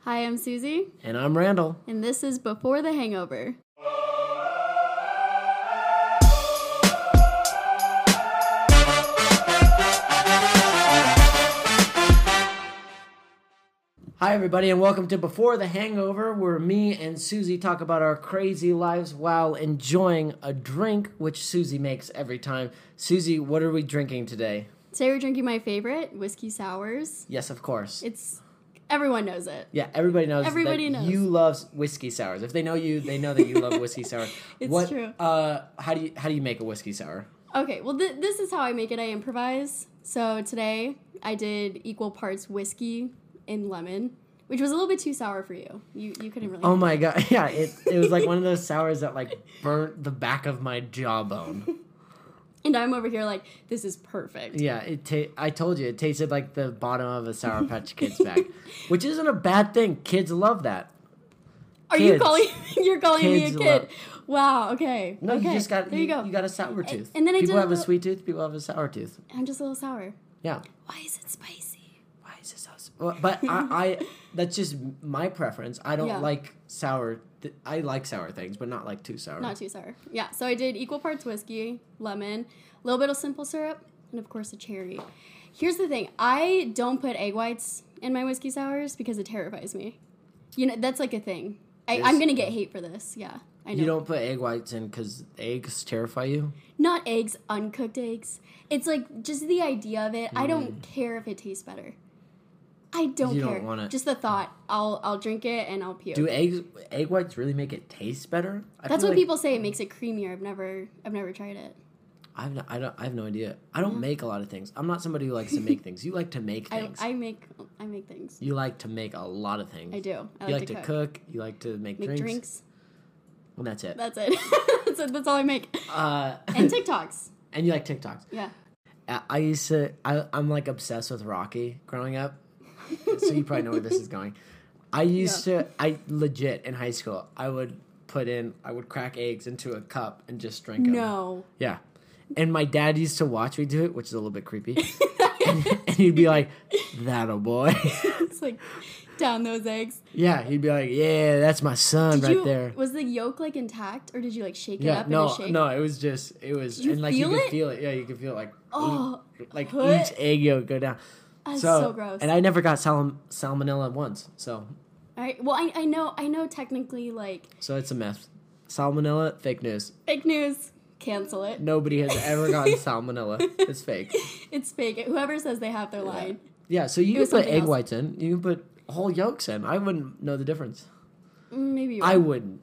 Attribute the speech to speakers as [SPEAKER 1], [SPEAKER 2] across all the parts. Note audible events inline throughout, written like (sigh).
[SPEAKER 1] Hi, I'm Susie,
[SPEAKER 2] And I'm Randall.
[SPEAKER 1] and this is Before the Hangover.
[SPEAKER 2] Hi, everybody, and welcome to Before the Hangover, where me and Susie talk about our crazy lives while enjoying a drink, which Susie makes every time. Susie, what are we drinking today?
[SPEAKER 1] Today we're drinking my favorite, whiskey sours.
[SPEAKER 2] Yes, of course.
[SPEAKER 1] It's everyone knows it.
[SPEAKER 2] yeah, everybody knows.
[SPEAKER 1] Everybody
[SPEAKER 2] that
[SPEAKER 1] knows.
[SPEAKER 2] You love whiskey sours. If they know you, they know that you love whiskey sour.
[SPEAKER 1] (laughs) It's
[SPEAKER 2] what,
[SPEAKER 1] true.
[SPEAKER 2] Uh, how do you how do you make a whiskey sour?
[SPEAKER 1] Okay, well th- this is how I make it. I improvise. So today I did equal parts whiskey and lemon, which was a little bit too sour for you. You you couldn't really.
[SPEAKER 2] Oh my god! (laughs) Yeah, it it was like one of those sours that like burnt the back of my jawbone.
[SPEAKER 1] And I'm over here like this is perfect.
[SPEAKER 2] Yeah, it. Ta- I told you it tasted like the bottom of a Sour Patch Kids bag,
[SPEAKER 1] (laughs)
[SPEAKER 2] which isn't a bad thing. Kids love that.
[SPEAKER 1] Are you
[SPEAKER 2] kids.
[SPEAKER 1] calling? (laughs) you're calling
[SPEAKER 2] Kids
[SPEAKER 1] me a kid?
[SPEAKER 2] love-
[SPEAKER 1] Wow. Okay.
[SPEAKER 2] No,
[SPEAKER 1] okay.
[SPEAKER 2] you just got
[SPEAKER 1] there. You, go.
[SPEAKER 2] You got a sour tooth.
[SPEAKER 1] and then I
[SPEAKER 2] people
[SPEAKER 1] did a
[SPEAKER 2] have a
[SPEAKER 1] little-
[SPEAKER 2] sweet tooth. People have a sour tooth.
[SPEAKER 1] I'm just a little sour.
[SPEAKER 2] Yeah.
[SPEAKER 1] Why is it spicy?
[SPEAKER 2] Why is this so? s- Well, But
[SPEAKER 1] (laughs)
[SPEAKER 2] I, I, that's just my preference. I don't
[SPEAKER 1] Yeah.
[SPEAKER 2] like sour. Th- I like sour things, but not like too sour.
[SPEAKER 1] Not too sour. Yeah, so I did equal parts whiskey, lemon, a little bit of simple syrup, and of course a cherry. Here's the thing I don't put egg whites in my whiskey sours because it terrifies me. You know, that's like a thing. I,
[SPEAKER 2] Is-
[SPEAKER 1] I'm going to get hate for this. Yeah, I know.
[SPEAKER 2] you don't put egg whites in because eggs terrify you.
[SPEAKER 1] Not eggs, uncooked eggs. It's like just the idea of it. I don't care if it tastes better. I don't
[SPEAKER 2] Mm. You don't
[SPEAKER 1] care.
[SPEAKER 2] want it.
[SPEAKER 1] Just the thought. I'll I'll drink it and I'll puke.
[SPEAKER 2] Do eggs egg whites really make it taste better? I
[SPEAKER 1] that's what
[SPEAKER 2] feel like-
[SPEAKER 1] people say. It makes it creamier. I've never I've never tried it.
[SPEAKER 2] I've no, I don't I have no idea. I don't make a lot of things. I'm not somebody who likes to
[SPEAKER 1] (laughs)
[SPEAKER 2] make things. You like to make
[SPEAKER 1] I,
[SPEAKER 2] things.
[SPEAKER 1] I make I make things.
[SPEAKER 2] You like to make a lot of things.
[SPEAKER 1] I do. I
[SPEAKER 2] you like, to, cook. You like to make,
[SPEAKER 1] Make
[SPEAKER 2] drinks.
[SPEAKER 1] drinks.
[SPEAKER 2] And that's it.
[SPEAKER 1] That's it. (laughs) that's it. That's all I make.
[SPEAKER 2] uh,
[SPEAKER 1] (laughs)
[SPEAKER 2] (laughs)
[SPEAKER 1] And TikToks.
[SPEAKER 2] and you like TikToks.
[SPEAKER 1] Yeah.
[SPEAKER 2] I I used to. I, I'm like obsessed with Rocky growing up. so you probably know where
[SPEAKER 1] (laughs)
[SPEAKER 2] this is going. I used to. I legit in high school. I would put in. I would crack eggs into a cup and just drink them.
[SPEAKER 1] No. (laughs)
[SPEAKER 2] Yeah. And my dad used to watch me do it, which is a little bit creepy.
[SPEAKER 1] (laughs)
[SPEAKER 2] and, and he'd be like, "That a boy." (laughs)
[SPEAKER 1] It's like down those eggs.
[SPEAKER 2] yeah, he'd be like, "Yeah, that's my son
[SPEAKER 1] Did
[SPEAKER 2] right
[SPEAKER 1] you,
[SPEAKER 2] there."
[SPEAKER 1] Was the yolk like intact or did you like shake it
[SPEAKER 2] Yeah,
[SPEAKER 1] up in
[SPEAKER 2] no,
[SPEAKER 1] a shake?
[SPEAKER 2] no, it was just it was
[SPEAKER 1] you
[SPEAKER 2] and like
[SPEAKER 1] feel
[SPEAKER 2] you could
[SPEAKER 1] it?
[SPEAKER 2] feel it. Yeah, you could feel it like
[SPEAKER 1] Oh,
[SPEAKER 2] each- like
[SPEAKER 1] what?
[SPEAKER 2] each egg yolk go down.
[SPEAKER 1] That's so gross.
[SPEAKER 2] And I never got salm- salmonella once, so
[SPEAKER 1] All right. Well, I, I know I know technically like
[SPEAKER 2] so it's a myth. Salmonella, fake news.
[SPEAKER 1] fake news. Cancel it.
[SPEAKER 2] Nobody has ever gotten salmonella. It's fake.
[SPEAKER 1] (laughs) It's fake. Whoever says they have their line.
[SPEAKER 2] Yeah, so you
[SPEAKER 1] was
[SPEAKER 2] can put
[SPEAKER 1] something
[SPEAKER 2] egg
[SPEAKER 1] else.
[SPEAKER 2] whites in. You can put whole yolks in. I wouldn't know the difference.
[SPEAKER 1] Mm, Maybe you
[SPEAKER 2] I
[SPEAKER 1] would.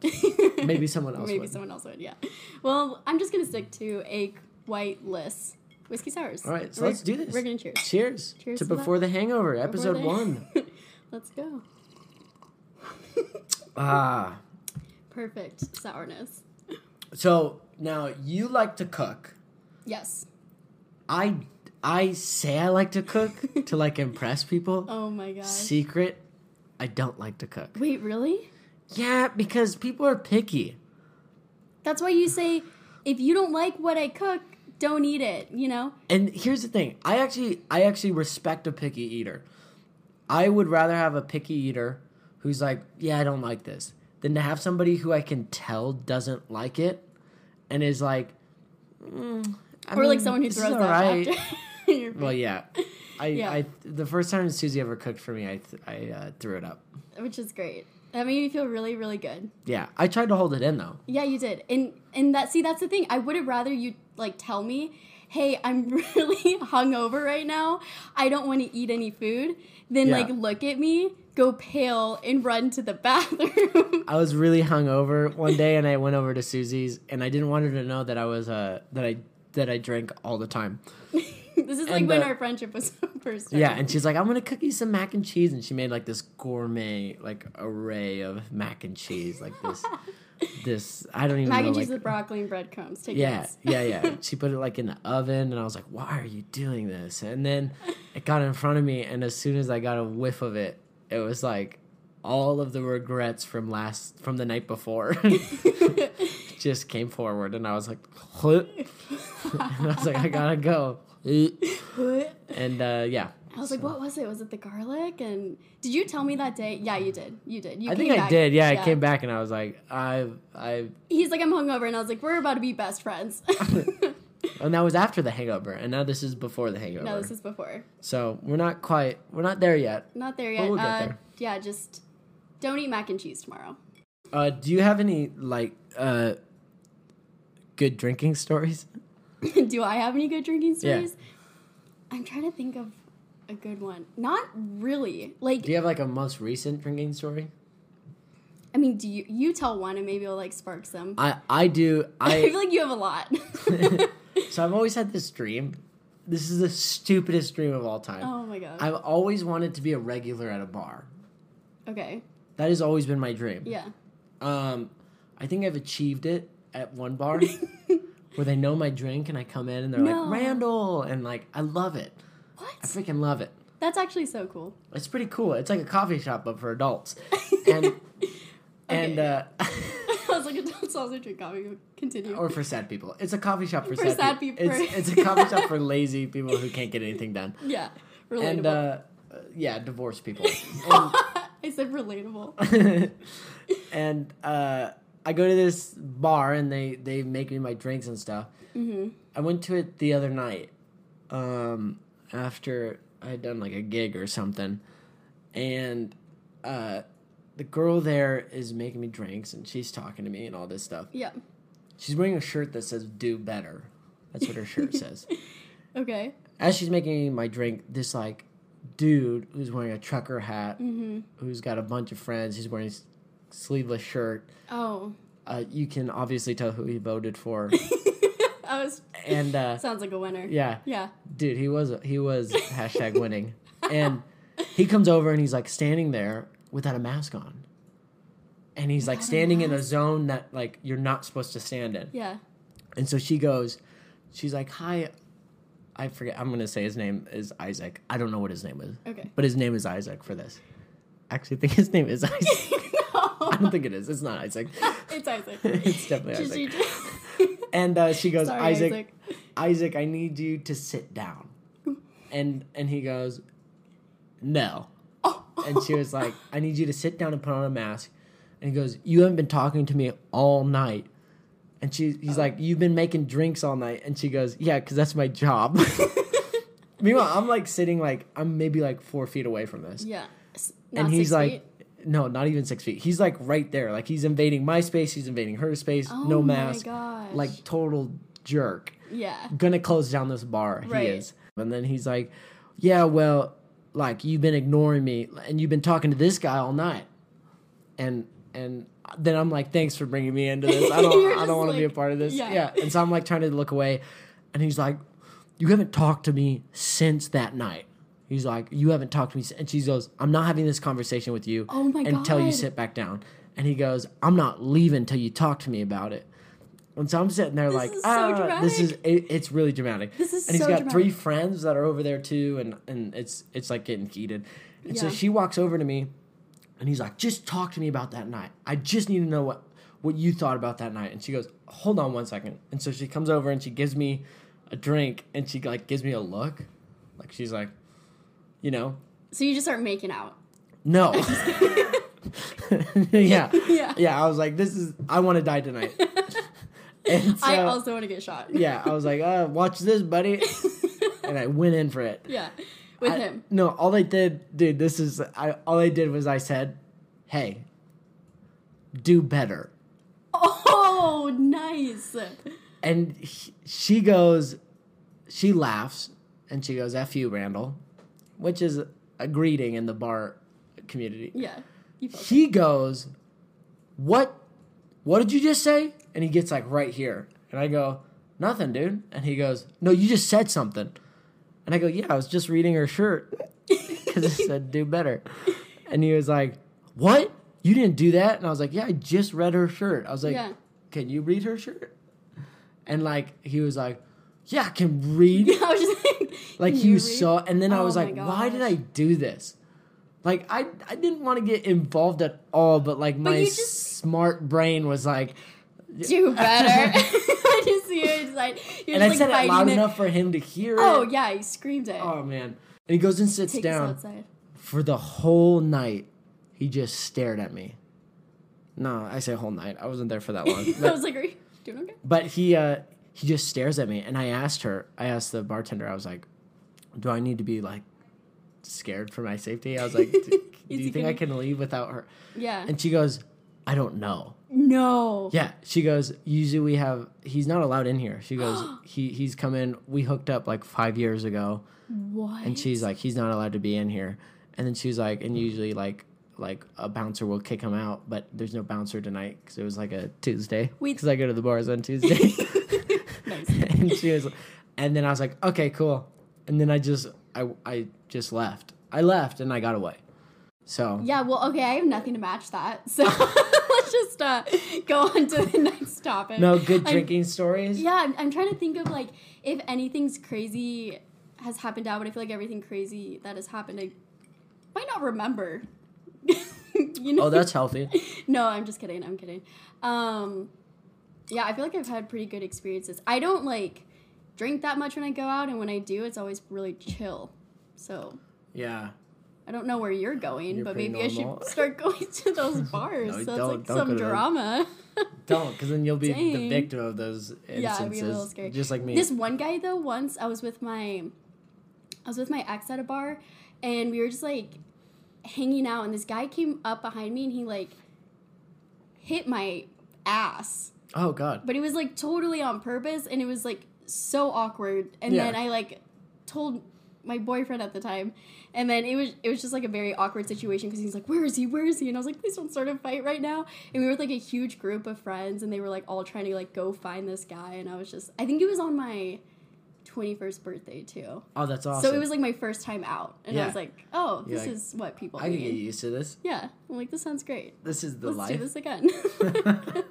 [SPEAKER 1] (laughs)
[SPEAKER 2] wouldn't. Maybe someone else
[SPEAKER 1] Maybe
[SPEAKER 2] would.
[SPEAKER 1] someone else would, yeah. Well, I'm just gonna stick to egg white list whiskey sours.
[SPEAKER 2] All right, so
[SPEAKER 1] We're-
[SPEAKER 2] let's do this.
[SPEAKER 1] We're gonna cheers.
[SPEAKER 2] Cheers.
[SPEAKER 1] Cheers
[SPEAKER 2] to
[SPEAKER 1] to that.
[SPEAKER 2] Before the Hangover, episode
[SPEAKER 1] Before the-
[SPEAKER 2] one.
[SPEAKER 1] (laughs) Let's go.
[SPEAKER 2] (laughs) Ah.
[SPEAKER 1] Perfect sourness.
[SPEAKER 2] So now you like to cook.
[SPEAKER 1] Yes.
[SPEAKER 2] I I say I like to cook to like impress (laughs) people.
[SPEAKER 1] Oh my gosh.
[SPEAKER 2] Secret, I don't like to cook.
[SPEAKER 1] Wait, really?
[SPEAKER 2] Yeah, because people are picky.
[SPEAKER 1] That's why you say if you don't like what I cook, don't eat it, you know?
[SPEAKER 2] And here's the thing. I actually I actually respect a picky eater. I would rather have a picky eater who's like, "Yeah, I don't like this," than to have somebody who I can tell doesn't like it and is like "Mm, I
[SPEAKER 1] or like
[SPEAKER 2] mean,
[SPEAKER 1] someone who
[SPEAKER 2] this is
[SPEAKER 1] throws that
[SPEAKER 2] alright."
[SPEAKER 1] after. in your
[SPEAKER 2] Well, yeah. I,
[SPEAKER 1] Yeah.
[SPEAKER 2] I the first time Susie ever cooked for me, I th- I uh, threw it up.
[SPEAKER 1] face, (laughs) Which is great. That made me feel really, really good.
[SPEAKER 2] Yeah, I tried to hold it in though.
[SPEAKER 1] Yeah, you did. And and that see that's the thing. I would have rather you like tell me, "Hey, I'm (laughs) really hungover right now. I don't want to eat any food." Then
[SPEAKER 2] Yeah.
[SPEAKER 1] like look at me, go pale and run to the (laughs) bathroom.
[SPEAKER 2] I was really hungover one day, and I went over to Susie's, and I didn't want her to know that I was uh that I that I drank all the time.
[SPEAKER 1] this is like
[SPEAKER 2] And,
[SPEAKER 1] when
[SPEAKER 2] uh,
[SPEAKER 1] our friendship was (laughs) first started.
[SPEAKER 2] Yeah, and she's like, "I'm gonna cook you some mac and cheese," and she made like this gourmet like array of mac and cheese, like
[SPEAKER 1] (laughs)
[SPEAKER 2] this this I don't even
[SPEAKER 1] Mac
[SPEAKER 2] know.
[SPEAKER 1] and cheese
[SPEAKER 2] like,
[SPEAKER 1] with broccoli and breadcrumbs. Take
[SPEAKER 2] yeah,
[SPEAKER 1] notes.
[SPEAKER 2] yeah,
[SPEAKER 1] (laughs)
[SPEAKER 2] yeah. (laughs) She put it like in the oven, and I was like, "Why are you doing this?" And then it got in front of me, and as soon as I got a whiff of it, it was like all of the regrets from last from the night before (laughs) just came forward, and I was like, (laughs) and I was like, "I gotta go." And uh, yeah,
[SPEAKER 1] I was like, what was it? Was it the garlic? And did you tell me that day? Yeah, you did. You did. You
[SPEAKER 2] I think
[SPEAKER 1] came
[SPEAKER 2] I
[SPEAKER 1] back.
[SPEAKER 2] did. Yeah, I came back and I was like, I, I,
[SPEAKER 1] He's like, I'm hungover, and I was like, we're about to be best friends. (laughs)
[SPEAKER 2] and that was after the hangover, and now this is before the hangover.
[SPEAKER 1] no, this is before.
[SPEAKER 2] so we're not quite, we're not there yet.
[SPEAKER 1] Not there yet.
[SPEAKER 2] But we'll get
[SPEAKER 1] uh,
[SPEAKER 2] there.
[SPEAKER 1] Yeah, just don't eat mac and cheese tomorrow. (laughs)
[SPEAKER 2] Uh, do you have any like uh, good drinking stories?
[SPEAKER 1] Do I have any good drinking
[SPEAKER 2] Yeah.
[SPEAKER 1] stories? I'm trying to think of a good one. Not really. Like,
[SPEAKER 2] Do you have like a most recent drinking story?
[SPEAKER 1] I mean, do you you tell one and maybe it'll like spark some.
[SPEAKER 2] I I do.
[SPEAKER 1] (laughs) I,
[SPEAKER 2] I
[SPEAKER 1] feel like you have a
[SPEAKER 2] (laughs)
[SPEAKER 1] lot.
[SPEAKER 2] so I've always had this dream. This is the stupidest dream of all time.
[SPEAKER 1] oh my god.
[SPEAKER 2] I've always wanted to be a regular at a bar.
[SPEAKER 1] okay.
[SPEAKER 2] That has always been my dream. (laughs)
[SPEAKER 1] Yeah.
[SPEAKER 2] Um, I think I've achieved it at
[SPEAKER 1] (laughs)
[SPEAKER 2] one bar where they know my drink and I come in and they're
[SPEAKER 1] No.
[SPEAKER 2] like Randall and like I love it. I
[SPEAKER 1] What?
[SPEAKER 2] freaking love it.
[SPEAKER 1] That's actually so cool.
[SPEAKER 2] It's pretty cool. It's like a coffee shop but for
[SPEAKER 1] (laughs)
[SPEAKER 2] adults. And and uh, (laughs)
[SPEAKER 1] I was like, (laughs) adults also drink coffee. Continue.
[SPEAKER 2] or for sad people. It's a coffee shop for,
[SPEAKER 1] For
[SPEAKER 2] sad,
[SPEAKER 1] sad
[SPEAKER 2] peop-
[SPEAKER 1] people.
[SPEAKER 2] It's, it's a coffee
[SPEAKER 1] (laughs)
[SPEAKER 2] shop for lazy people who can't get anything done.
[SPEAKER 1] yeah. Relatable.
[SPEAKER 2] And uh, uh, yeah,
[SPEAKER 1] (laughs)
[SPEAKER 2] divorced people.
[SPEAKER 1] I said relatable.
[SPEAKER 2] (laughs) and uh, I go to this bar and they they make me my drinks and stuff. I went to it the other night um, after I had done like a gig or something, and uh, the girl there is making me drinks and she's talking to me and all this stuff.
[SPEAKER 1] Yeah.
[SPEAKER 2] She's wearing a shirt that says "Do Better." That's what her shirt says.
[SPEAKER 1] Okay.
[SPEAKER 2] As she's making me my drink, this like dude who's wearing a trucker hat,
[SPEAKER 1] Mm-hmm.
[SPEAKER 2] who's got a bunch of friends, he's wearing a s- sleeveless shirt.
[SPEAKER 1] Oh.
[SPEAKER 2] Uh, you can obviously tell who he voted for,
[SPEAKER 1] (laughs) I was.
[SPEAKER 2] and uh,
[SPEAKER 1] Sounds like a winner.
[SPEAKER 2] yeah,
[SPEAKER 1] Yeah.
[SPEAKER 2] dude, he was he was hashtag winning, and he comes over and he's like standing there without a mask on, and he's like
[SPEAKER 1] Without a
[SPEAKER 2] standing in a zone that like you're not supposed to stand in.
[SPEAKER 1] Yeah.
[SPEAKER 2] And so she goes, she's like, "Hi, I forget. I'm gonna say his name is Isaac. I don't know what his name is, (laughs)
[SPEAKER 1] Okay.
[SPEAKER 2] but his name is Isaac for this. I actually think his name is (laughs) Isaac. I
[SPEAKER 1] no.
[SPEAKER 2] don't think it is. It's not Isaac.
[SPEAKER 1] (laughs)
[SPEAKER 2] (laughs)
[SPEAKER 1] it's Isaac.
[SPEAKER 2] it's definitely
[SPEAKER 1] She-
[SPEAKER 2] Isaac.
[SPEAKER 1] she-
[SPEAKER 2] And
[SPEAKER 1] (laughs)
[SPEAKER 2] uh, she goes,
[SPEAKER 1] Sorry,
[SPEAKER 2] Isaac, Isaac,
[SPEAKER 1] Isaac.
[SPEAKER 2] I need you to sit down. And and he goes, no.
[SPEAKER 1] Oh.
[SPEAKER 2] And she was like, I need you to sit down and put on a mask. And he goes, You haven't been talking to me all night. And she, he's like, You've been making drinks all night. And she goes, Yeah, because that's my job. (laughs) Meanwhile, I'm like sitting like, I'm maybe like four feet away from
[SPEAKER 1] (laughs)
[SPEAKER 2] this.
[SPEAKER 1] yeah. S-
[SPEAKER 2] and
[SPEAKER 1] not
[SPEAKER 2] he's
[SPEAKER 1] six
[SPEAKER 2] like,
[SPEAKER 1] feet.
[SPEAKER 2] No, not even six feet. He's like right there. Like he's invading my space. He's invading her space. no mask.
[SPEAKER 1] Oh My gosh.
[SPEAKER 2] Like total jerk
[SPEAKER 1] yeah.
[SPEAKER 2] gonna close down this bar.
[SPEAKER 1] Right.
[SPEAKER 2] He is. And then he's like, Yeah, well, like you've been ignoring me and you've been talking to this guy all night. And and then I'm like, Thanks for bringing me into this. I
[SPEAKER 1] (laughs) You're
[SPEAKER 2] don't I
[SPEAKER 1] just
[SPEAKER 2] don't wanna be a
[SPEAKER 1] like,
[SPEAKER 2] part of this.
[SPEAKER 1] yeah.
[SPEAKER 2] Yeah. And so I'm like trying to look away and he's like, You haven't talked to me since that night. He's like, You haven't talked to me since and she goes, I'm not having this conversation with you
[SPEAKER 1] Oh my
[SPEAKER 2] until you
[SPEAKER 1] God.
[SPEAKER 2] sit back down. And he goes, I'm not leaving until you talk to me about it. And so I'm sitting there like,
[SPEAKER 1] is so
[SPEAKER 2] ah, this
[SPEAKER 1] dramatic.
[SPEAKER 2] is it, it's really dramatic.
[SPEAKER 1] This is
[SPEAKER 2] and he's
[SPEAKER 1] so
[SPEAKER 2] got
[SPEAKER 1] dramatic.
[SPEAKER 2] three friends that are over there too, and and it's it's like getting heated. And so
[SPEAKER 1] Yeah.
[SPEAKER 2] she walks over to me, and he's like, "Just talk to me about that night. I just need to know what what you thought about that night." And she goes, "Hold on one second. And so she comes over and she gives me a drink, and she like gives me a look, like she's like, you know,
[SPEAKER 1] So you just start making out. (laughs)
[SPEAKER 2] no. (laughs) yeah.
[SPEAKER 1] Yeah.
[SPEAKER 2] Yeah, I was like, this is, I want to die tonight. And
[SPEAKER 1] (laughs)
[SPEAKER 2] so,
[SPEAKER 1] I also want to get shot.
[SPEAKER 2] yeah, I was like, uh, watch this, buddy. and I went in for it.
[SPEAKER 1] (laughs) Yeah. With
[SPEAKER 2] I-
[SPEAKER 1] him.
[SPEAKER 2] No, all they did, dude, this is, I, all they did was I said, hey, do better.
[SPEAKER 1] Oh, nice.
[SPEAKER 2] And he- she goes, she laughs and she goes, F you, Randall, which is a greeting in the bar community.
[SPEAKER 1] Yeah. You felt
[SPEAKER 2] he goes, "What? What did you just say?" And he gets like right here, and I go, "Nothing, dude." And he goes, "No, you just said something." And I go, "Yeah, I was just reading her shirt (laughs) because it said do better." And he was like, "What? You didn't do that?" And I was like, "Yeah, I just read her shirt." I was like,
[SPEAKER 1] Yeah. (laughs)
[SPEAKER 2] "Can you read her shirt?" And like he was like, "Yeah, I can read."
[SPEAKER 1] I was just like,
[SPEAKER 2] Like
[SPEAKER 1] can
[SPEAKER 2] you
[SPEAKER 1] read?
[SPEAKER 2] saw, and then I
[SPEAKER 1] Oh
[SPEAKER 2] was
[SPEAKER 1] my
[SPEAKER 2] like, why did
[SPEAKER 1] gosh.
[SPEAKER 2] I do this? Like I, I didn't want to get involved at all, but like my
[SPEAKER 1] you just-
[SPEAKER 2] smart brain was like, (laughs)
[SPEAKER 1] Do better. (laughs) I just see you. It's like you're
[SPEAKER 2] and I
[SPEAKER 1] just
[SPEAKER 2] said
[SPEAKER 1] like
[SPEAKER 2] it loud
[SPEAKER 1] fighting it.
[SPEAKER 2] enough for him to hear
[SPEAKER 1] Oh
[SPEAKER 2] it.
[SPEAKER 1] yeah, he screamed it.
[SPEAKER 2] Oh man, And he goes and sits
[SPEAKER 1] Take us
[SPEAKER 2] down
[SPEAKER 1] outside. (laughs)
[SPEAKER 2] for the whole night. He just stared at me. No, I say whole night. I wasn't there for
[SPEAKER 1] (laughs)
[SPEAKER 2] that long.
[SPEAKER 1] I
[SPEAKER 2] But-
[SPEAKER 1] was like, are you doing okay?
[SPEAKER 2] but he uh he just stares at me and i asked her i asked the bartender i was like do i need to be like scared for my safety i was
[SPEAKER 1] (laughs)
[SPEAKER 2] like do, do
[SPEAKER 1] Is
[SPEAKER 2] you
[SPEAKER 1] he
[SPEAKER 2] think i
[SPEAKER 1] gonna-
[SPEAKER 2] can leave without her
[SPEAKER 1] Yeah.
[SPEAKER 2] and she goes i don't know
[SPEAKER 1] no.
[SPEAKER 2] yeah she goes usually we have he's not allowed in here
[SPEAKER 1] (gasps)
[SPEAKER 2] she goes he he's come in we hooked up like five years ago
[SPEAKER 1] What? (laughs) Mm.
[SPEAKER 2] and she's like he's not allowed to be in here and then she's like and usually like like a bouncer will kick him out but there's no bouncer tonight because it was like a tuesday
[SPEAKER 1] We-
[SPEAKER 2] because i go to the
[SPEAKER 1] (laughs)
[SPEAKER 2] bars on tuesday
[SPEAKER 1] nice.
[SPEAKER 2] (laughs) and she was, and then I was like, okay, cool. And then I just, I, I just left. I left and I got away. So
[SPEAKER 1] Yeah, well, okay, I have nothing to match that. So (laughs) let's just uh, go on to the next topic.
[SPEAKER 2] no good
[SPEAKER 1] I'm-
[SPEAKER 2] drinking stories.
[SPEAKER 1] yeah, I'm, I'm trying to think of like if anything's crazy has happened out, but I feel like everything crazy that has happened, I might not remember. (laughs) you know?
[SPEAKER 2] Oh, that's healthy.
[SPEAKER 1] no, I'm just kidding. I'm kidding. Um, yeah, I feel like I've had pretty good experiences. I don't like drink that much when I go out, and when I do, it's always really chill. So
[SPEAKER 2] Yeah.
[SPEAKER 1] I don't know where you're going,
[SPEAKER 2] You're
[SPEAKER 1] but
[SPEAKER 2] pretty
[SPEAKER 1] maybe I
[SPEAKER 2] normal.
[SPEAKER 1] should start (laughs) going to those bars.
[SPEAKER 2] (laughs) No,
[SPEAKER 1] so it's
[SPEAKER 2] don't-
[SPEAKER 1] like
[SPEAKER 2] don't go
[SPEAKER 1] some
[SPEAKER 2] to them.
[SPEAKER 1] drama.
[SPEAKER 2] Don't, because then you'll be the
[SPEAKER 1] Dang.
[SPEAKER 2] victim of those instances.
[SPEAKER 1] Yeah, it'd be a little scary.
[SPEAKER 2] Just like me.
[SPEAKER 1] This one guy though, once I was with my, I was with my ex at a bar, and we were just like hanging out, and this guy came up behind me and he like hit my ass,
[SPEAKER 2] oh God.
[SPEAKER 1] but it was like totally on purpose, and it was like so awkward. And
[SPEAKER 2] Yeah.
[SPEAKER 1] then I like told my boyfriend at the time, and then it was it was just like a very awkward situation because he's like, "Where is he? Where is he?" And I was like, "Please don't start a fight right now." And we were with like a huge group of friends, and they were like all trying to like go find this guy, and I was just I think it was on my twenty first birthday too,
[SPEAKER 2] Oh, that's awesome.
[SPEAKER 1] so it was like my first time out, and
[SPEAKER 2] Yeah.
[SPEAKER 1] I was like, "Oh,
[SPEAKER 2] You're
[SPEAKER 1] this
[SPEAKER 2] like,
[SPEAKER 1] is what people
[SPEAKER 2] I can get
[SPEAKER 1] need."
[SPEAKER 2] used to this.
[SPEAKER 1] Yeah, I'm like, "This sounds great.
[SPEAKER 2] This is the
[SPEAKER 1] Let's do
[SPEAKER 2] life.
[SPEAKER 1] this again."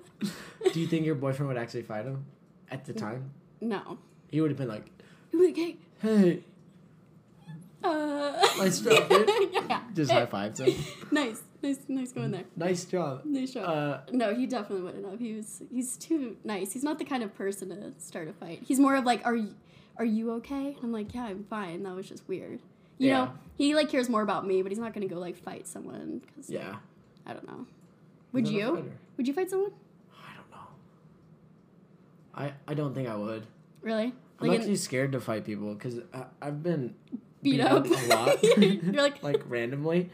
[SPEAKER 1] (laughs)
[SPEAKER 2] (laughs) do you think your boyfriend would actually fight him at the time?
[SPEAKER 1] no,
[SPEAKER 2] He would have been like, (laughs)
[SPEAKER 1] he was like, "Hey,
[SPEAKER 2] hey,
[SPEAKER 1] uh,
[SPEAKER 2] Nice job, dude.
[SPEAKER 1] (laughs) yeah,
[SPEAKER 2] just
[SPEAKER 1] Hey.
[SPEAKER 2] high fives him.
[SPEAKER 1] (laughs) nice, nice, nice going there.
[SPEAKER 2] Nice job.
[SPEAKER 1] Nice job.
[SPEAKER 2] Uh,
[SPEAKER 1] no, he definitely wouldn't have. He was he's too nice. He's not the kind of person to start a fight. He's more of like, are you, are you okay? And I'm like, yeah, I'm fine. That was just weird. You
[SPEAKER 2] Yeah.
[SPEAKER 1] know, he like cares more about me, but he's not gonna go like fight someone because
[SPEAKER 2] yeah.
[SPEAKER 1] I don't know. Would
[SPEAKER 2] He's not a
[SPEAKER 1] you?
[SPEAKER 2] fighter.
[SPEAKER 1] Would you fight someone?
[SPEAKER 2] I don't know. I I don't think I would.
[SPEAKER 1] Really?
[SPEAKER 2] I'm
[SPEAKER 1] Like
[SPEAKER 2] actually
[SPEAKER 1] in,
[SPEAKER 2] scared to fight people because I've been
[SPEAKER 1] beat up
[SPEAKER 2] a
[SPEAKER 1] (laughs)
[SPEAKER 2] lot.
[SPEAKER 1] You're like,
[SPEAKER 2] (laughs) like randomly.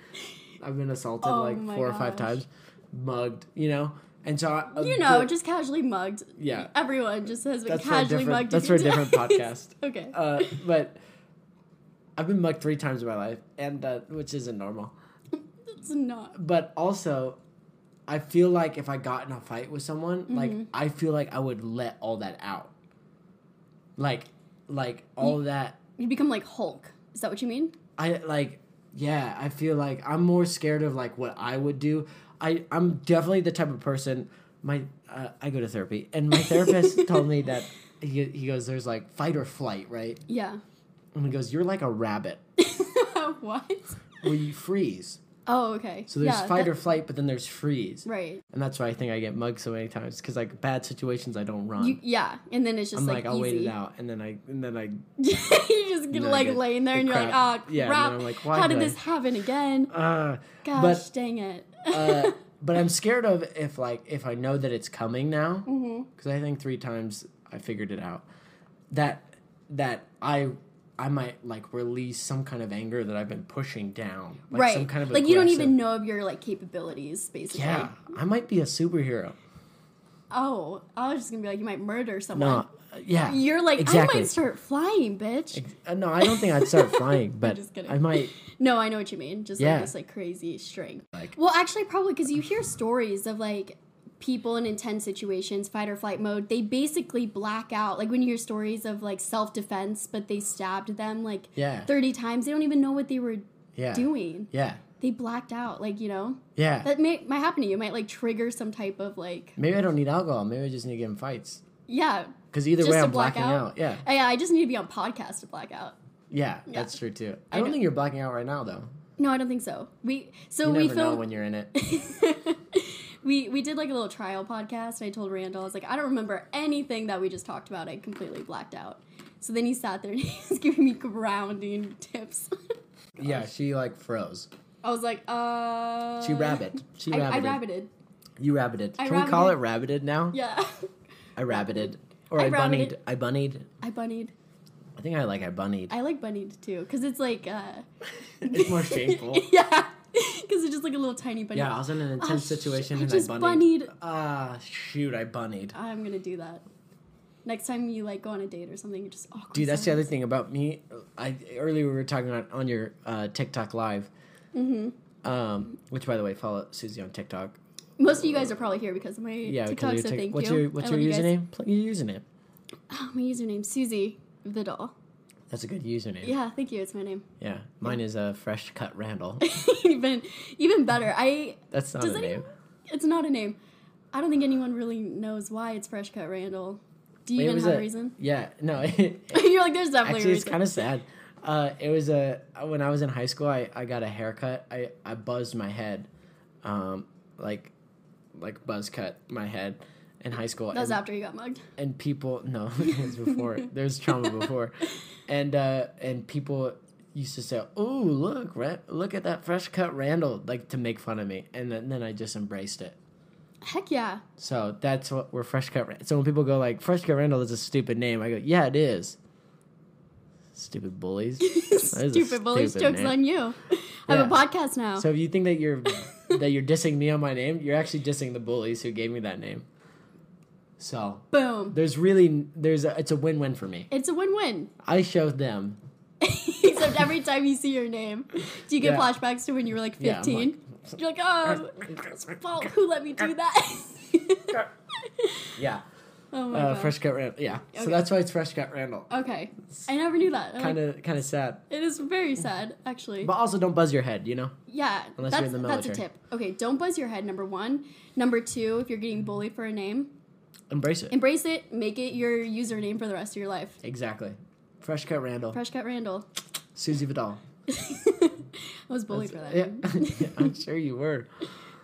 [SPEAKER 2] I've been assaulted
[SPEAKER 1] Oh
[SPEAKER 2] like
[SPEAKER 1] my
[SPEAKER 2] four or five
[SPEAKER 1] gosh.
[SPEAKER 2] times, mugged, you know. And so I, uh, a
[SPEAKER 1] you know,
[SPEAKER 2] bit-
[SPEAKER 1] just casually mugged.
[SPEAKER 2] yeah,
[SPEAKER 1] Everyone just has been
[SPEAKER 2] that's for a
[SPEAKER 1] casually
[SPEAKER 2] different
[SPEAKER 1] mugged.
[SPEAKER 2] that's for a different
[SPEAKER 1] times.
[SPEAKER 2] podcast.
[SPEAKER 1] (laughs) Okay.
[SPEAKER 2] Uh, but I've been mugged three times in my life, and uh, which isn't normal.
[SPEAKER 1] it's not.
[SPEAKER 2] But also, I feel like if I got in a fight with someone, like
[SPEAKER 1] Mm-hmm.
[SPEAKER 2] I feel like I would let all that out. Like, like all that
[SPEAKER 1] You become like Hulk. Is that what you mean?
[SPEAKER 2] I like yeah, I feel like I'm more scared of like what I would do. I I'm definitely the type of person my uh, I go to therapy and
[SPEAKER 1] (laughs)
[SPEAKER 2] my therapist told me that he he goes there's like fight or flight, right?
[SPEAKER 1] Yeah. (laughs)
[SPEAKER 2] And he goes you're like a rabbit
[SPEAKER 1] what?
[SPEAKER 2] where you freeze.
[SPEAKER 1] Oh, okay.
[SPEAKER 2] So there's
[SPEAKER 1] Yeah,
[SPEAKER 2] fight
[SPEAKER 1] that-
[SPEAKER 2] or flight, but then there's freeze.
[SPEAKER 1] right.
[SPEAKER 2] And that's why I think I get mugged so many times cuz like bad situations I don't run.
[SPEAKER 1] You, yeah, and then it's just
[SPEAKER 2] I'm like,
[SPEAKER 1] like,
[SPEAKER 2] I'll wait it
[SPEAKER 1] easy.
[SPEAKER 2] out and then I and then I
[SPEAKER 1] (laughs) you just get
[SPEAKER 2] No,
[SPEAKER 1] like
[SPEAKER 2] good.
[SPEAKER 1] laying there,
[SPEAKER 2] The
[SPEAKER 1] and you're like,
[SPEAKER 2] crap.
[SPEAKER 1] oh
[SPEAKER 2] Yeah, and then
[SPEAKER 1] crap!
[SPEAKER 2] I'm like, why
[SPEAKER 1] How
[SPEAKER 2] did
[SPEAKER 1] did
[SPEAKER 2] I-
[SPEAKER 1] this happen again?
[SPEAKER 2] uh,
[SPEAKER 1] Gosh,
[SPEAKER 2] but-
[SPEAKER 1] dang it! (laughs)
[SPEAKER 2] uh, but I'm scared of if like if I know that it's coming now, because
[SPEAKER 1] Mm-hmm.
[SPEAKER 2] I think three times I figured it out that that I I might like release some kind of anger that I've been pushing down, like
[SPEAKER 1] right,
[SPEAKER 2] Some kind of
[SPEAKER 1] like you don't
[SPEAKER 2] aggressive-
[SPEAKER 1] even know of your like capabilities, basically.
[SPEAKER 2] Yeah, I might be a superhero.
[SPEAKER 1] Oh, I was just gonna be like, you might murder someone.
[SPEAKER 2] No, uh, yeah,
[SPEAKER 1] You're like, I
[SPEAKER 2] exactly.
[SPEAKER 1] might start flying, bitch.
[SPEAKER 2] Ex- uh, no, I don't think I'd start
[SPEAKER 1] (laughs)
[SPEAKER 2] flying, but
[SPEAKER 1] just kidding.
[SPEAKER 2] I might.
[SPEAKER 1] No, I know what you mean. Just
[SPEAKER 2] Yeah.
[SPEAKER 1] like this like crazy strength.
[SPEAKER 2] Like-
[SPEAKER 1] well, actually, probably because you hear stories of like people in intense situations, fight or flight mode. They basically black out. Like when you hear stories of like self defense, but they stabbed them like (laughs)
[SPEAKER 2] Yeah.
[SPEAKER 1] thirty times. They don't even know what they were
[SPEAKER 2] Yeah,
[SPEAKER 1] doing.
[SPEAKER 2] yeah,
[SPEAKER 1] They blacked out. Like you know
[SPEAKER 2] yeah.
[SPEAKER 1] that may might happen to you. It might like trigger some type of like
[SPEAKER 2] Maybe I don't need alcohol. Maybe I just need to get in fights.
[SPEAKER 1] yeah.
[SPEAKER 2] Because either
[SPEAKER 1] Just
[SPEAKER 2] way,
[SPEAKER 1] to
[SPEAKER 2] I'm
[SPEAKER 1] black
[SPEAKER 2] blacking
[SPEAKER 1] out?
[SPEAKER 2] out. Yeah,
[SPEAKER 1] Oh, yeah, I just need to be on podcast to black out.
[SPEAKER 2] yeah, that's true too. I, don't
[SPEAKER 1] know.
[SPEAKER 2] think you're blacking out right now though.
[SPEAKER 1] No, I don't think so. We so
[SPEAKER 2] You
[SPEAKER 1] we
[SPEAKER 2] never know
[SPEAKER 1] filmed
[SPEAKER 2] when you're in it.
[SPEAKER 1] (laughs) we we did like a little trial podcast and I told Randall I was like I don't remember anything that we just talked about. I completely blacked out. So then he sat there and (laughs) he was giving me grounding tips.
[SPEAKER 2] (laughs)
[SPEAKER 1] (laughs)
[SPEAKER 2] Yeah, she like froze.
[SPEAKER 1] I was like, uh.
[SPEAKER 2] She rabbited. She
[SPEAKER 1] I, I
[SPEAKER 2] rabbited.
[SPEAKER 1] rabbited.
[SPEAKER 2] You rabbited.
[SPEAKER 1] I
[SPEAKER 2] Can we call it rabbited now?
[SPEAKER 1] Yeah. (laughs)
[SPEAKER 2] I rabbited. Or
[SPEAKER 1] I rabbited.
[SPEAKER 2] I, bunnied. I bunnied.
[SPEAKER 1] I bunnied.
[SPEAKER 2] I think I like I bunnied.
[SPEAKER 1] I like bunnied too, because it's like, uh.
[SPEAKER 2] (laughs)
[SPEAKER 1] (laughs)
[SPEAKER 2] it's more shameful.
[SPEAKER 1] yeah. Because it's just like a little tiny bunny.
[SPEAKER 2] yeah, I was in an intense
[SPEAKER 1] Oh, sh-
[SPEAKER 2] situation
[SPEAKER 1] I
[SPEAKER 2] and
[SPEAKER 1] just
[SPEAKER 2] I bunnied.
[SPEAKER 1] bunnied.
[SPEAKER 2] Ah, shoot, I bunnied.
[SPEAKER 1] I'm gonna do that. Next time you like go on a date or something, you just awkward.
[SPEAKER 2] Dude, that's the
[SPEAKER 1] silence.
[SPEAKER 2] other thing about me. I earlier we were talking about on your uh, TikTok live. Mm-hmm. Um, which by the way, follow Susie on TikTok.
[SPEAKER 1] Most of you guys are probably here because of my
[SPEAKER 2] Yeah,
[SPEAKER 1] TikTok.
[SPEAKER 2] because of
[SPEAKER 1] So
[SPEAKER 2] your tic-
[SPEAKER 1] thank
[SPEAKER 2] what's
[SPEAKER 1] you.
[SPEAKER 2] your what's
[SPEAKER 1] I
[SPEAKER 2] your
[SPEAKER 1] love you guys.
[SPEAKER 2] username? Plug your username.
[SPEAKER 1] Oh, my username Susie the doll.
[SPEAKER 2] That's a good username. Yeah,
[SPEAKER 1] Yeah, thank you. It's my name. (laughs)
[SPEAKER 2] mine is a uh, fresh cut Randall.
[SPEAKER 1] even even better. I
[SPEAKER 2] That's not
[SPEAKER 1] Does
[SPEAKER 2] a
[SPEAKER 1] anyone-
[SPEAKER 2] name.
[SPEAKER 1] it's not a name. I don't think anyone really knows why it's Fresh Cut Randall. Do you
[SPEAKER 2] It
[SPEAKER 1] even
[SPEAKER 2] was
[SPEAKER 1] have a
[SPEAKER 2] a-
[SPEAKER 1] reason? (laughs)
[SPEAKER 2] Yeah, no. (laughs) It,
[SPEAKER 1] You're like, there's definitely
[SPEAKER 2] actually,
[SPEAKER 1] a
[SPEAKER 2] it's
[SPEAKER 1] reason.
[SPEAKER 2] kind of sad. Uh, it was a when I was in high school. I, I got a haircut. I, I buzzed my head, um, like like buzz cut my head in high school.
[SPEAKER 1] that was
[SPEAKER 2] and-
[SPEAKER 1] after you got mugged.
[SPEAKER 2] and people no (laughs) it
[SPEAKER 1] (laughs)
[SPEAKER 2] was before there's trauma before and uh and people used to say oh look Ra- look at that fresh cut randall like to make fun of me and then, then i just embraced it
[SPEAKER 1] Heck yeah.
[SPEAKER 2] so that's what we're fresh cut Ra- so when people go like fresh cut randall is a stupid name i go yeah it is stupid bullies a
[SPEAKER 1] (laughs) stupid bullies
[SPEAKER 2] stupid
[SPEAKER 1] jokes
[SPEAKER 2] name.
[SPEAKER 1] on you. (laughs) I have a
[SPEAKER 2] Yeah.
[SPEAKER 1] podcast now.
[SPEAKER 2] so if you think that you're that you're dissing me on my name you're actually dissing the bullies who gave me that name so
[SPEAKER 1] Boom.
[SPEAKER 2] there's really there's a, it's a win-win for me
[SPEAKER 1] It's a win-win.
[SPEAKER 2] I showed them.
[SPEAKER 1] (laughs) Except every time you see your name, do you get
[SPEAKER 2] Yeah.
[SPEAKER 1] flashbacks to when you were like
[SPEAKER 2] Yeah, I'm
[SPEAKER 1] 15? You're like, oh, it's fault. Who let me do that?
[SPEAKER 2] (laughs)
[SPEAKER 1] (laughs)
[SPEAKER 2] Yeah.
[SPEAKER 1] oh my
[SPEAKER 2] Uh,
[SPEAKER 1] god.
[SPEAKER 2] fresh cut Randall. Yeah. So
[SPEAKER 1] Okay.
[SPEAKER 2] that's why it's fresh cut Randall.
[SPEAKER 1] okay, I never knew that. I'm like,
[SPEAKER 2] Kind of, kind of sad.
[SPEAKER 1] it is very sad, actually.
[SPEAKER 2] But also, don't buzz your head. You know.
[SPEAKER 1] Yeah,
[SPEAKER 2] Unless you're
[SPEAKER 1] that's,
[SPEAKER 2] in the
[SPEAKER 1] that's a
[SPEAKER 2] military.
[SPEAKER 1] tip. Okay, don't buzz your head, number one. Number two, if you're getting bullied for a name,
[SPEAKER 2] Embrace it.
[SPEAKER 1] embrace it, make it your username for the rest of your life.
[SPEAKER 2] exactly. Fresh cut Randall.
[SPEAKER 1] Fresh Cut Randall. (laughs)
[SPEAKER 2] Susie Vidal.
[SPEAKER 1] I was bullied for that
[SPEAKER 2] (laughs) Yeah.
[SPEAKER 1] name (laughs)
[SPEAKER 2] I'm sure you were.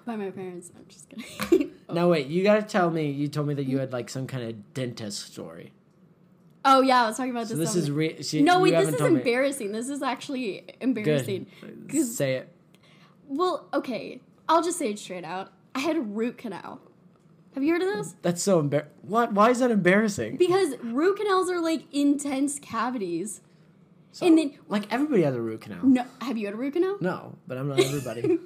[SPEAKER 1] by my parents. I'm just kidding.
[SPEAKER 2] Now wait, you gotta tell me. You told me that you had like some kind of dentist story.
[SPEAKER 1] oh, yeah, I was talking about
[SPEAKER 2] So
[SPEAKER 1] this.
[SPEAKER 2] this
[SPEAKER 1] on-
[SPEAKER 2] is re- she,
[SPEAKER 1] No,
[SPEAKER 2] you
[SPEAKER 1] wait, this
[SPEAKER 2] haven't
[SPEAKER 1] is
[SPEAKER 2] told me.
[SPEAKER 1] embarrassing. This is actually
[SPEAKER 2] Good.
[SPEAKER 1] embarrassing. 'Cause-
[SPEAKER 2] Say it.
[SPEAKER 1] Well, okay, I'll just say it straight out. I had a root canal. Have you heard of this?
[SPEAKER 2] That's so embar. What? Why is that embarrassing?
[SPEAKER 1] Because root canals are like intense cavities.
[SPEAKER 2] So,
[SPEAKER 1] and then-
[SPEAKER 2] like everybody has a root canal.
[SPEAKER 1] No, have you had a root canal?
[SPEAKER 2] No, but I'm not
[SPEAKER 1] (laughs)
[SPEAKER 2] everybody.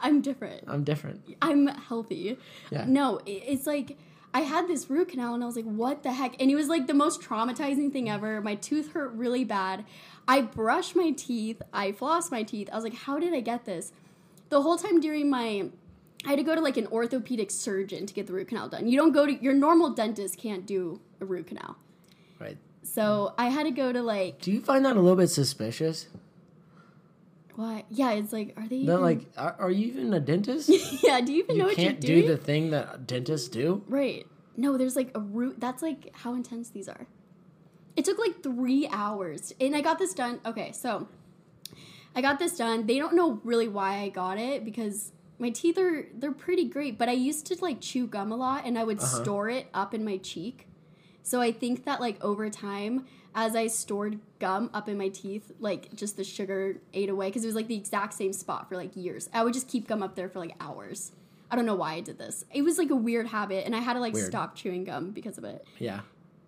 [SPEAKER 1] I'm different.
[SPEAKER 2] I'm different.
[SPEAKER 1] I'm healthy.
[SPEAKER 2] Yeah.
[SPEAKER 1] No, i- it's like I had this root canal and I was like, what the heck? And it was like the most traumatizing thing ever. My tooth hurt really bad. I brushed my teeth, I flossed my teeth. I was like, how did I get this? The whole time during my I had to go to like an orthopedic surgeon to get the root canal done. You don't go to your normal dentist can't do a root canal.
[SPEAKER 2] Right.
[SPEAKER 1] So
[SPEAKER 2] Hmm.
[SPEAKER 1] I had to go to like
[SPEAKER 2] Do you find that a little bit suspicious?
[SPEAKER 1] what? Yeah, it's like are they
[SPEAKER 2] That
[SPEAKER 1] even,
[SPEAKER 2] like, are, are you even a dentist?
[SPEAKER 1] (laughs) yeah? Do (laughs) you even know
[SPEAKER 2] you
[SPEAKER 1] what
[SPEAKER 2] can't
[SPEAKER 1] you're doing?
[SPEAKER 2] do the thing that dentists do.
[SPEAKER 1] Right. No, there's like a root. That's like how intense these are. It took like three hours. And I got this done. Okay, so I got this done. They don't know really why I got it because my teeth are they're pretty great, but I used to like chew gum a lot and I would
[SPEAKER 2] Uh-huh.
[SPEAKER 1] store it up in my cheek. So I think that like over time as I stored gum up in my teeth, like just the sugar ate away cuz it was like the exact same spot for like years. I would just keep gum up there for like hours. I don't know why I did this. It was like a weird habit and I had to like
[SPEAKER 2] Weird.
[SPEAKER 1] stop chewing gum because of it
[SPEAKER 2] Yeah.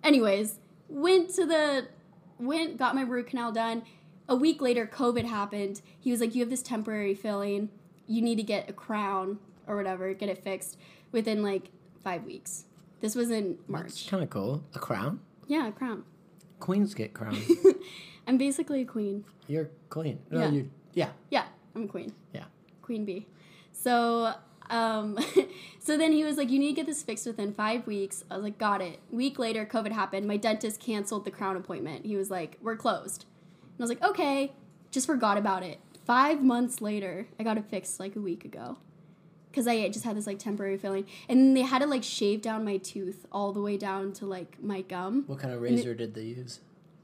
[SPEAKER 1] anyways went to the went got my root canal done a week later covid happened he was like you have this temporary filling you need to get a crown or whatever get it fixed within like five weeks this was in
[SPEAKER 2] It's
[SPEAKER 1] march
[SPEAKER 2] kind of cool. A crown.
[SPEAKER 1] yeah a crown
[SPEAKER 2] Queens get crowns.
[SPEAKER 1] (laughs) i'm basically a queen
[SPEAKER 2] you're queen. No,
[SPEAKER 1] Yeah.
[SPEAKER 2] you. Yeah.
[SPEAKER 1] yeah i'm a queen
[SPEAKER 2] Yeah.
[SPEAKER 1] Queen Bee. So, um, (laughs) so then he was like, "You need to get this fixed within five weeks." I was like, "Got it." Week later, COVID happened. My dentist canceled the crown appointment. He was like, "We're closed," and I was like, "Okay." Just forgot about it. Five months later, I got it fixed like a week ago, because I just had this like temporary feeling, and then they had to like shave down my tooth all the way down to like my gum.
[SPEAKER 2] What kind of razor did they use?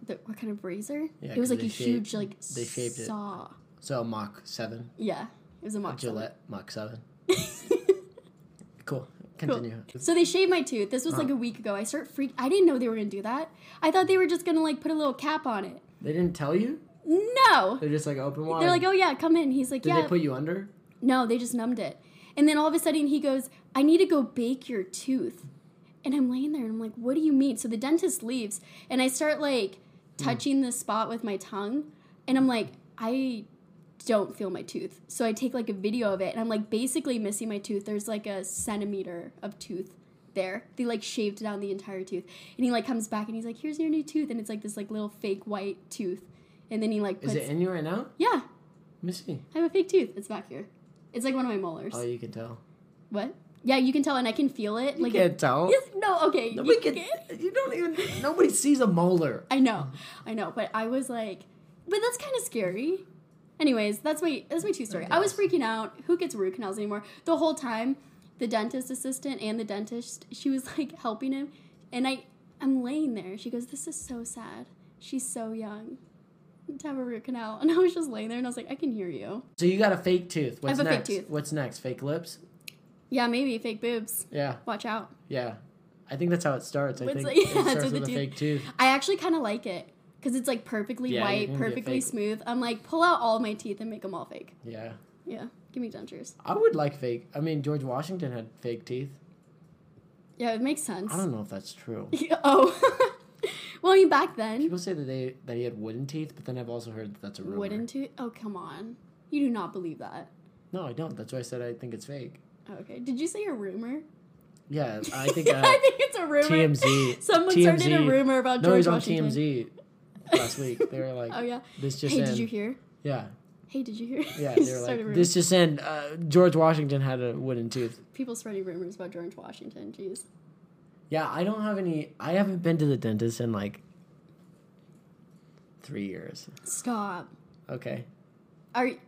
[SPEAKER 1] The, what kind of razor?
[SPEAKER 2] Yeah,
[SPEAKER 1] it was
[SPEAKER 2] 'cause
[SPEAKER 1] like
[SPEAKER 2] they
[SPEAKER 1] a
[SPEAKER 2] shaved-
[SPEAKER 1] huge like
[SPEAKER 2] they shaved it.
[SPEAKER 1] saw.
[SPEAKER 2] So Mach Seven,
[SPEAKER 1] Yeah, it was a mock.
[SPEAKER 2] Gillette Mach Seven. Cool. Continue.
[SPEAKER 1] (laughs) So they shaved my tooth. This was like a week ago. I start freak. I didn't know they were gonna do that. I thought they were just gonna like put a little cap on it.
[SPEAKER 2] They didn't tell you.
[SPEAKER 1] No.
[SPEAKER 2] They're just like open wide.
[SPEAKER 1] They're like, oh yeah, come in. He's like,
[SPEAKER 2] Did
[SPEAKER 1] yeah.
[SPEAKER 2] they put you under?
[SPEAKER 1] no, they just numbed it. And then all of a sudden he goes, I need to go bake your tooth. And I'm laying there and I'm like, what do you mean? So the dentist leaves and I start
[SPEAKER 2] Hmm.
[SPEAKER 1] like touching the spot with my tongue. And I'm like, I don't feel my tooth. So I take like a video of it and I'm like basically missing my tooth. There's like a centimeter of tooth there. They like shaved down the entire tooth. And he like comes back and he's like, here's your new tooth. And it's like this like little fake white tooth. And then he like
[SPEAKER 2] Is
[SPEAKER 1] puts,
[SPEAKER 2] it in you right now?
[SPEAKER 1] yeah,
[SPEAKER 2] Let me see.
[SPEAKER 1] I have a fake tooth. It's back here. It's like one of my molars.
[SPEAKER 2] Oh, you can tell.
[SPEAKER 1] What? Yeah, you can tell, and I can feel it.
[SPEAKER 2] You
[SPEAKER 1] Like
[SPEAKER 2] can't tell.
[SPEAKER 1] (laughs) Yes, no, okay. you
[SPEAKER 2] Nobody can.
[SPEAKER 1] can-
[SPEAKER 2] You don't even. Nobody sees a molar.
[SPEAKER 1] I know, I know, but I was like, but that's kind of scary. Anyways, that's my that's my true story. I was freaking out. Who gets root canals anymore? The whole time, the dentist assistant and the dentist, she was like helping him, and I I'm laying there. She goes, "This is so sad. She's so young." To have a root canal, (laughs) and I was just laying there, and I was like, "I can hear you."
[SPEAKER 2] So you got a fake tooth. What's
[SPEAKER 1] have a fake
[SPEAKER 2] next?
[SPEAKER 1] tooth.
[SPEAKER 2] What's next? Fake lips?
[SPEAKER 1] Yeah, maybe fake boobs.
[SPEAKER 2] Yeah,
[SPEAKER 1] Watch out.
[SPEAKER 2] yeah. I think that's how it starts. I
[SPEAKER 1] It's
[SPEAKER 2] think
[SPEAKER 1] like- (laughs)
[SPEAKER 2] it
[SPEAKER 1] yeah, it's
[SPEAKER 2] starts
[SPEAKER 1] with
[SPEAKER 2] with,
[SPEAKER 1] the
[SPEAKER 2] a
[SPEAKER 1] tooth.
[SPEAKER 2] fake tooth.
[SPEAKER 1] I actually kind of like it because it's like perfectly
[SPEAKER 2] Yeah, you
[SPEAKER 1] white,
[SPEAKER 2] can get
[SPEAKER 1] perfectly
[SPEAKER 2] fake.
[SPEAKER 1] smooth. I'm like, pull out all my teeth and make them all fake.
[SPEAKER 2] Yeah,
[SPEAKER 1] Yeah, give me dentures.
[SPEAKER 2] I would like fake. I mean, George Washington had fake teeth.
[SPEAKER 1] Yeah, it makes sense.
[SPEAKER 2] I don't know if that's true.
[SPEAKER 1] (laughs) oh, (laughs) well, I mean, back then,
[SPEAKER 2] People say that they that he had wooden teeth, but then I've also heard that that's a rumor.
[SPEAKER 1] wooden tooth. Oh, come on, you do not believe that.
[SPEAKER 2] No, I don't. That's why I said I think it's fake.
[SPEAKER 1] Okay, did you say a rumor?
[SPEAKER 2] Yeah,
[SPEAKER 1] (laughs)
[SPEAKER 2] I think uh,
[SPEAKER 1] I think it's a rumor. (laughs)
[SPEAKER 2] TMZ.
[SPEAKER 1] Someone started a
[SPEAKER 2] TMZ.
[SPEAKER 1] rumor about
[SPEAKER 2] no,
[SPEAKER 1] George
[SPEAKER 2] he's on
[SPEAKER 1] Washington.
[SPEAKER 2] TMZ
[SPEAKER 1] (laughs)
[SPEAKER 2] last week. They were like,
[SPEAKER 1] Oh yeah.
[SPEAKER 2] "This just
[SPEAKER 1] Hey,
[SPEAKER 2] in."
[SPEAKER 1] did you hear?
[SPEAKER 2] Yeah,
[SPEAKER 1] Hey, did you hear? (laughs) Just
[SPEAKER 2] yeah. They were
[SPEAKER 1] started
[SPEAKER 2] like,
[SPEAKER 1] rumors.
[SPEAKER 2] "This just in." Uh, George Washington had a wooden tooth.
[SPEAKER 1] People spreading rumors about George Washington. Jeez.
[SPEAKER 2] Yeah, I don't have any. I haven't been to the dentist in like three years.
[SPEAKER 1] Stop.
[SPEAKER 2] Okay.
[SPEAKER 1] Are (laughs)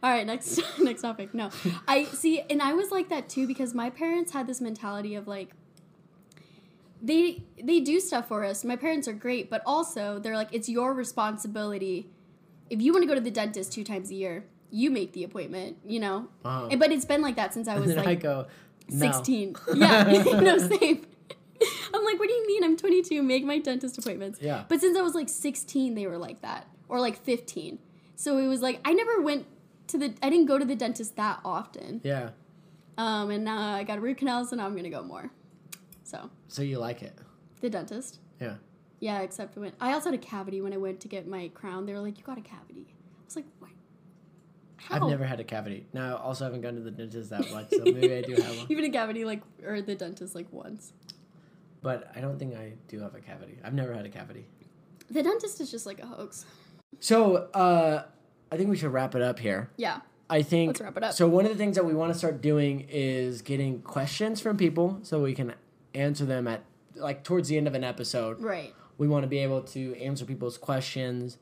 [SPEAKER 1] All right, next (laughs) next topic. No. I see and I was like that too because my parents had this mentality of like they they do stuff for us. My parents are great, but also they're like it's your responsibility. If you want to go to the dentist two times a year, you make the appointment, you know.
[SPEAKER 2] Wow.
[SPEAKER 1] And- But it's been like that since I
[SPEAKER 2] Oh. And
[SPEAKER 1] was
[SPEAKER 2] then I
[SPEAKER 1] like
[SPEAKER 2] go, no. (laughs)
[SPEAKER 1] 16. Yeah, (laughs) no same. (laughs) I'm like, what do you mean? I'm 22. Make my dentist appointments.
[SPEAKER 2] Yeah.
[SPEAKER 1] But since I was like 16, they were like that, or like 15. So it was like I never went to the. I didn't go to the dentist that often.
[SPEAKER 2] Yeah.
[SPEAKER 1] Um, and now I got root canals, and now I'm gonna go more. So
[SPEAKER 2] So you like it?
[SPEAKER 1] the dentist.
[SPEAKER 2] Yeah.
[SPEAKER 1] Yeah, except when I also had a cavity when I went to get my crown. They were like, "You got a cavity." I was like, "What? How?"
[SPEAKER 2] I've never had a cavity. Now, I also haven't gone to the dentist that much, so maybe I do have one.
[SPEAKER 1] (laughs) Even a cavity, like, or the dentist, like once.
[SPEAKER 2] But I don't think I do have a cavity. I've never had a cavity.
[SPEAKER 1] The dentist is just like a hoax.
[SPEAKER 2] So uh, I think we should wrap it up here.
[SPEAKER 1] Yeah.
[SPEAKER 2] I think
[SPEAKER 1] Let's wrap it up.
[SPEAKER 2] So one of the things that we want to start doing is getting questions from people so we can answer them at like towards the end of an episode.
[SPEAKER 1] Right.
[SPEAKER 2] We want to be able to answer people's questions.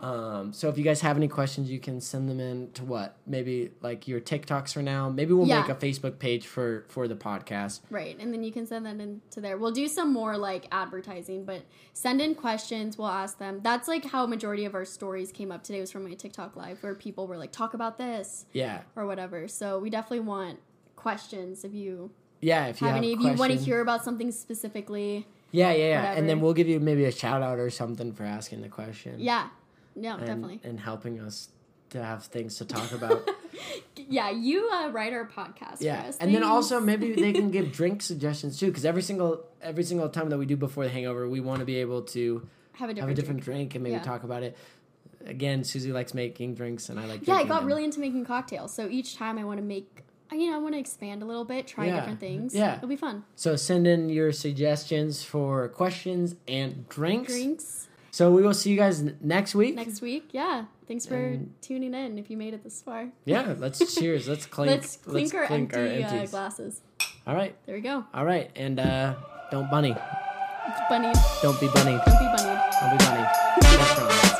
[SPEAKER 2] Um, so if you guys have any questions, you can send them in to what? Maybe like your TikToks for now. Maybe we'll
[SPEAKER 1] Yeah.
[SPEAKER 2] make a Facebook page for for the podcast.
[SPEAKER 1] Right, and then you can send that into there. We'll do some more like advertising, but send in questions. We'll ask them. That's like how a majority of our stories came up today was from my TikTok live where people were like, "Talk about this"
[SPEAKER 2] Yeah,
[SPEAKER 1] or whatever. So we definitely want questions if you
[SPEAKER 2] yeah. If you
[SPEAKER 1] have
[SPEAKER 2] have,
[SPEAKER 1] any, if you want to
[SPEAKER 2] questions-
[SPEAKER 1] hear about something specifically.
[SPEAKER 2] yeah, yeah, yeah. And then
[SPEAKER 1] whatever.
[SPEAKER 2] we'll give you maybe a shout out or something for asking the question.
[SPEAKER 1] Yeah, no,
[SPEAKER 2] and,
[SPEAKER 1] definitely.
[SPEAKER 2] and helping us to have things to
[SPEAKER 1] (laughs)
[SPEAKER 2] talk about.
[SPEAKER 1] Yeah, you uh, write our podcast.
[SPEAKER 2] Yeah,
[SPEAKER 1] for us.
[SPEAKER 2] and then
[SPEAKER 1] Thanks.
[SPEAKER 2] also maybe they can give drink suggestions too, because every single every single time that we do before the hangover, we want to be able to
[SPEAKER 1] (laughs) have a
[SPEAKER 2] have
[SPEAKER 1] different.
[SPEAKER 2] a different drink, and maybe
[SPEAKER 1] Yeah.
[SPEAKER 2] talk about it. Again, Susie likes making drinks, and I like.
[SPEAKER 1] drink. Yeah, I
[SPEAKER 2] drinking
[SPEAKER 1] got
[SPEAKER 2] them.
[SPEAKER 1] really into making cocktails, so each time I want to make. I- You know, I want to expand a little bit, try
[SPEAKER 2] Yeah.
[SPEAKER 1] different things.
[SPEAKER 2] Yeah.
[SPEAKER 1] it'll be fun.
[SPEAKER 2] So send in your suggestions for questions and drinks.
[SPEAKER 1] Drinks.
[SPEAKER 2] So we will see you guys n- next week. (laughs)
[SPEAKER 1] next week. Yeah. Thanks for
[SPEAKER 2] And-
[SPEAKER 1] tuning in if you made it this far.
[SPEAKER 2] Yeah, let's
[SPEAKER 1] (laughs)
[SPEAKER 2] cheers. Let's clink.
[SPEAKER 1] let's clink, our,
[SPEAKER 2] clink our
[SPEAKER 1] empty uh,
[SPEAKER 2] empties.
[SPEAKER 1] glasses.
[SPEAKER 2] All right,
[SPEAKER 1] There we go.
[SPEAKER 2] all right, and uh, don't bunny.
[SPEAKER 1] Bunny.
[SPEAKER 2] Don't be bunny.
[SPEAKER 1] Don't be bunny.
[SPEAKER 2] Don't be bunny. Restaurant.